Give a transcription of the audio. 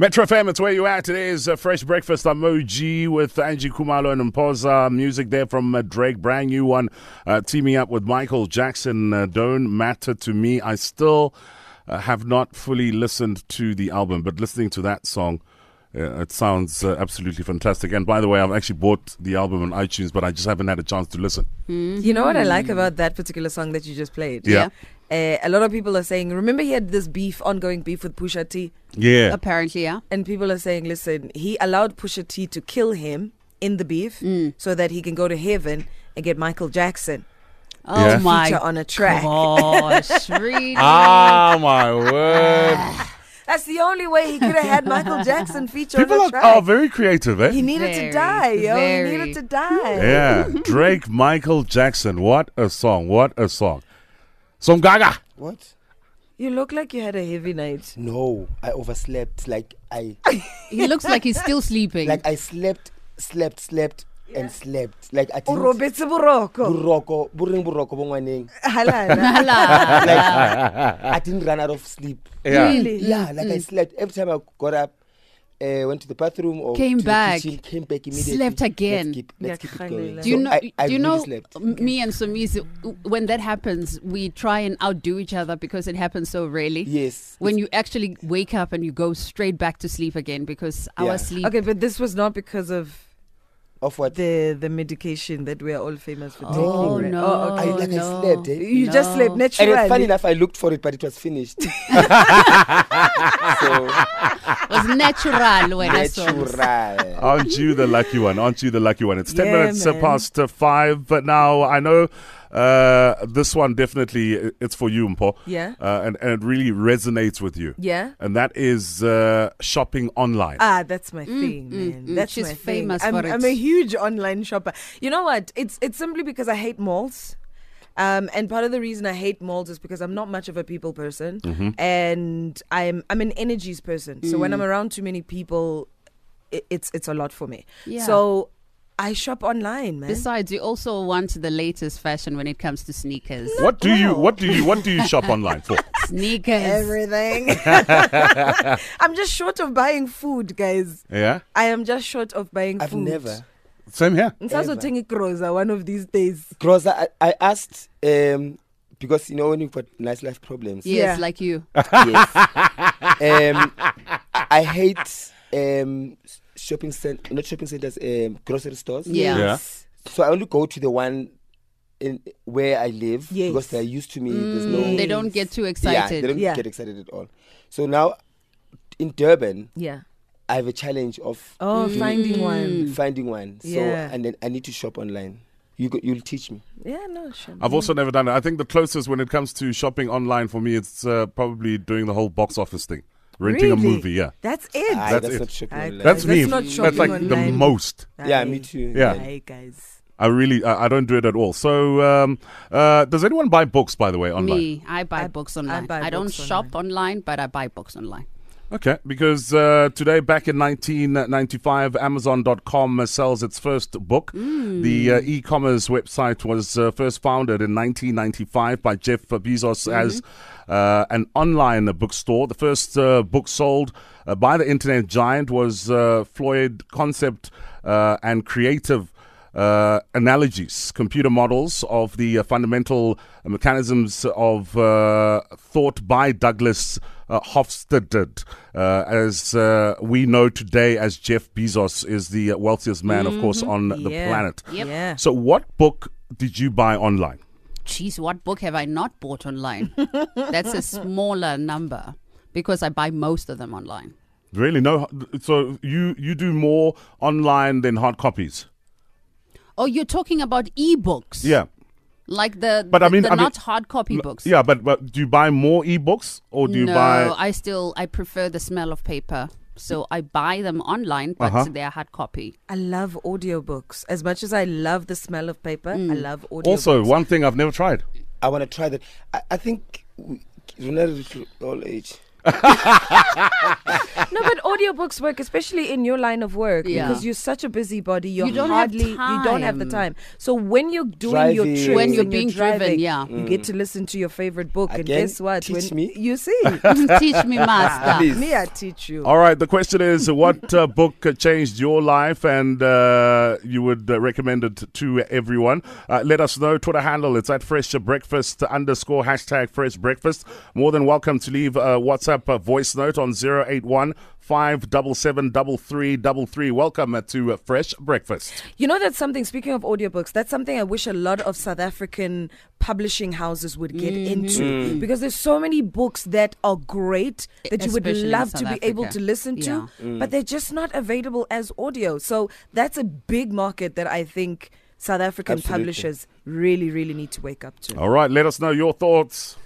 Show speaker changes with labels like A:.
A: Metro FM, it's where you at. Today is uh, Fresh Breakfast Emoji with Angie Kumalo and Mposa. Music there from uh, Drake, brand new one, uh, teaming up with Michael Jackson. Uh, Don't matter to me. I still uh, have not fully listened to the album, but listening to that song, uh, it sounds uh, absolutely fantastic. And by the way, I've actually bought the album on iTunes, but I just haven't had a chance to listen.
B: You know what I like about that particular song that you just played?
A: Hmm. Yeah.
B: Uh, a lot of people are saying, remember he had this beef, ongoing beef with Pusha T?
A: Yeah.
C: Apparently, yeah.
B: And people are saying, listen, he allowed Pusha T to kill him in the beef
A: Hmm.
B: so that he can go to heaven and get Michael Jackson
C: Oh
A: Yeah.
C: my
B: feature on a track.
C: gosh, really?
D: Ah, my word.
B: That's the only way he could have had Michael Jackson feature
A: People
B: on
A: are,
B: a track.
A: are very creative, eh?
B: he needed to
C: Very,
B: die, yo. He
C: very.
B: needed to die.
A: Yeah, Drake, Michael Jackson. What a song! What a song! Some Gaga.
E: What?
B: You look like you had a heavy night.
E: No, I overslept. Like I,
C: he looks like he's still sleeping.
E: like I slept, slept, slept, and slept. Like I didn't.
B: Urobetse boroko.
E: Buroko, buring buroko bongwaneng.
B: Halala.
C: Hala.
E: Like I didn't run out of sleep.
A: Yeah,
B: Really?
E: Yeah, like
C: Mm.
E: I slept every time I got up, uh, went to the bathroom or
C: Came
E: to the
C: back.
E: kitchen, came back immediately.
C: Slept again.
E: Let's keep, let's keep it going.
B: Ngiyakhalela.
C: Do you
E: So
C: know?
E: I, I
C: do you
E: really
C: know?
E: Slept.
C: m- Me and Sumizi, w- when that happens, we try and outdo each other because it happens so rarely.
E: Yes.
C: When you actually wake up and you go straight back to sleep again because
E: Yeah.
C: our sleep.
B: Okay, but this was not because of
E: Of what?
B: the the medication that we are all famous for taking.
C: Oh
B: right?
C: no!
B: Oh,
E: I-
B: okay.
E: like I
C: no.
E: slept, eh?
B: You just
C: No.
B: slept
E: And
B: naturally.
E: it's funny enough, I looked for it, but it was finished. so
C: was natural when I saw. this.
E: natural.
A: aren't you the lucky one? Aren't you the lucky one? It's ten
B: Yeah,
A: minutes uh,
B: man.
A: past uh, five. But now I know uh, this one definitely i- it's for you, Mpo.
B: Yeah.
A: uh, and and it really resonates with you.
B: Yeah.
C: Mm,
A: and that is uh, shopping online.
B: Ah, that's my thing, man.
C: mm.
B: That's
C: She's
B: my thing.
C: famous
B: I'm,
C: for it.
B: I'm a huge online shopper. You know what? It's it's simply because I hate malls. Um, and part of the reason I hate malls is because I'm not much of a people person,
E: Mm-hmm.
B: and I'm I'm an energies person. So
C: Mm.
B: when I'm around too many people, i it's it's a lot for me.
C: Yeah.
B: So I shop online, man.
C: Besides, you also want the latest fashion when it comes to sneakers.
A: What do you?
B: well.
A: What do you? What do you shop online for?
C: Sneakers.
B: Everything. I'm just short of buying food, guys.
A: Yeah,
B: I am just short of buying
E: I've
B: food.
E: never.
A: same here.
B: Ngisazothenga igroza one of these days.
E: Groza, I, I asked um, because you know when you've got nice life problems.
C: Yes,
B: Yeah.
C: like you.
E: yes. Um, I, I hate um, s- shopping centers, not shopping centers, um, grocery stores.
C: Yeah.
A: Yeah.
E: So I only go to the one in where I live
B: Yes.
E: because they're used to me. There's no.
C: Mm, They don't get too
E: yeah,
C: excited.
E: they don't
B: Yeah.
E: get excited at all. So now in Durban,
B: Yeah.
E: I have a challenge of
B: Oh, finding
C: Mm.
B: one.
E: finding one. So
B: Yeah.
E: and then I need to shop online. You go, you'll teach me.
B: Yeah, no, shame.
A: I've also never done it. I think the closest when it comes to shopping online for me, it's uh, probably doing the whole box office thing, renting
B: Really?
A: a movie. Yeah,
B: That's it.
E: Ah,
A: That's
E: that's
A: it.
E: not shopping
B: I-
E: online.
A: that's,
B: That's
A: me.
B: not
A: that's
B: shopping
A: like the
B: online.
A: most.
E: yeah, me too.
A: Yeah.
B: Hey, guys.
A: I really, I, I don't do it at all. So, um, uh, does anyone buy books by the way online?
C: Me, I buy books online. I,
B: buy
C: don't
B: books
C: shop online, but I buy books online.
A: Okay, because uh, today, back in 1995, Amazon.com sells its first book.
B: Hmm.
A: The uh, e commerce website was uh, first founded in 1995 by Jeff Bezos as
B: Mm-hmm.
A: uh, an online bookstore. The first uh, book sold uh, by the internet giant was uh, Floyd Concept uh, and Creative uh, analogies, computer models of the uh, fundamental mechanisms of uh, thought by Douglas uh, Hofstadter, uh, as uh, we know today, as Jeff Bezos is the uh, wealthiest man, of course,
C: Mm-hmm.
A: on the
B: Yeah.
A: planet.
C: Yep.
B: Yeah.
A: So, what book did you buy online?
C: Jeez, what book have I not bought online? That's a smaller number because I buy most of them online.
A: Really, no. So you you do more online than hard copies.
C: Oh, you're talking about ebooks.
A: Yeah,
C: Like the
A: But
C: the,
A: I mean-
C: the
A: I mean-
C: not hard copy books.
A: yeah. But, but do you buy more ebooks or do you
C: no,
A: buy?
C: I still I prefer the smell of paper. So I buy them online, but
A: Uh-huh.
C: they're hard copy.
B: I love audiobooks. As much as I love the smell of paper, I
C: Mm.
B: love audiobooks.
A: also, one thing I've never tried.
E: I want to try that. I, I think we- we're not reach all age.
B: No, but audiobooks work, especially in your line of work,
C: Yeah.
B: because you're such a busybody. You're
C: You don't have
B: hardly you don't have the
C: time.
B: time. So when you're doing your
E: Driving.
B: trips,
E: When you're
B: and
C: being driven,
B: driving,
C: yeah.
B: you get to listen to your favorite book. and
E: Again,
B: guess what?
E: teach
B: when,
E: me.
B: You see,
C: Teach me, master.
E: Please.
B: me, I teach you.
A: All right, the question is what uh, book uh, changed your life and uh, you would uh, recommend it to everyone? Uh, let us know. Twitter handle it's at fresh breakfast underscore hashtag fresh breakfast. More than welcome to leave a WhatsApp uh, voice note on 081 577 3333. Welcome uh, to uh, Fresh Breakfast.
B: You know that's something. Speaking of audiobooks, that's something I wish a lot of South African publishing houses would get
C: Mm-hmm.
B: into
C: Mm.
B: because there's so many books that are great that you would
C: Especially in
B: love
C: South
B: to be able
C: Africa. Mm.
B: to listen to, but they're just not available as audio. So that's a big market that I think South African
E: Absolutely.
B: publishers really, really need to wake up to.
A: All right, let us know your thoughts.